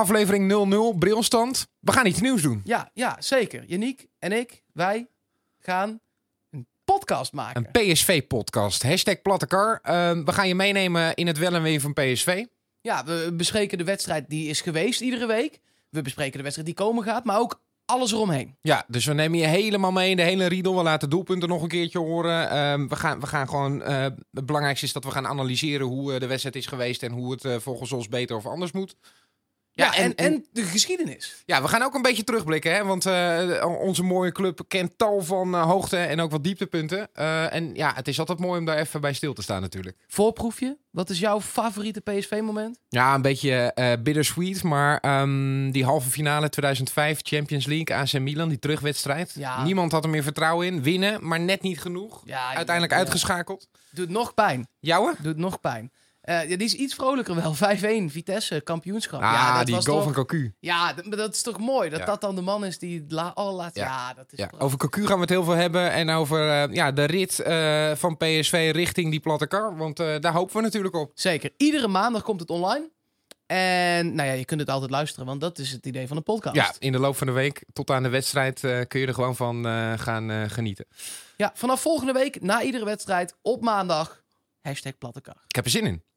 Aflevering 00, brilstand. We gaan iets nieuws doen. Ja, ja, zeker. Yannick en ik, wij gaan een podcast maken. Een PSV-podcast. Hashtag plattekar. Ehm, we gaan je meenemen in het wel en wee van PSV. Ja, we bespreken de wedstrijd die is geweest iedere week. We bespreken de wedstrijd die komen gaat, maar ook alles eromheen. Ja, dus we nemen je helemaal mee in de hele riedel. We laten doelpunten nog een keertje horen. Ehm, we, gaan, we gaan gewoon... eh, het belangrijkste is dat we gaan analyseren hoe eh, de wedstrijd is geweest... en hoe het eh, volgens ons beter of anders moet. Ja, en, en, de geschiedenis. Ja, we gaan ook een beetje terugblikken, hè? want eh, onze mooie club kent tal van eh, hoogte en ook wat dieptepunten. Eh, en ja, het is altijd mooi om daar even bij stil te staan natuurlijk. Voorproefje, wat is jouw favoriete PSV-moment? Ja, een beetje eh, bittersweet, maar ehm, die halve finale 2005 Champions League, AC Milan, die terugwedstrijd. Ja. Niemand had er meer vertrouwen in. Winnen, maar net niet genoeg. Ja, Uiteindelijk ja. uitgeschakeld. Doet nog pijn. Jouwe? Doet nog pijn. Eh, ja, die is iets vrolijker wel. 5-1, Vitesse, kampioenschap. ah, Oh, ja, dat die was goal toch- van Cocu. Ja, d- maar dat is toch mooi dat Ja. dat dan de man is die het la al laat. Ja, Ja. dat is Ja, prachtig. over Cocu gaan we het heel veel hebben en over eh, ja, de rit eh, van PSV richting die platte kar, want eh, daar hopen we natuurlijk op. Zeker. Iedere maandag komt het online. En nou ja, je kunt het altijd luisteren, want dat is het idee van een podcast. Ja, in de loop van de week tot aan de wedstrijd eh, kun je er gewoon van eh, gaan eh, genieten. Ja, vanaf volgende week, na iedere wedstrijd, op maandag, hashtag plattekar. Ik heb er zin in.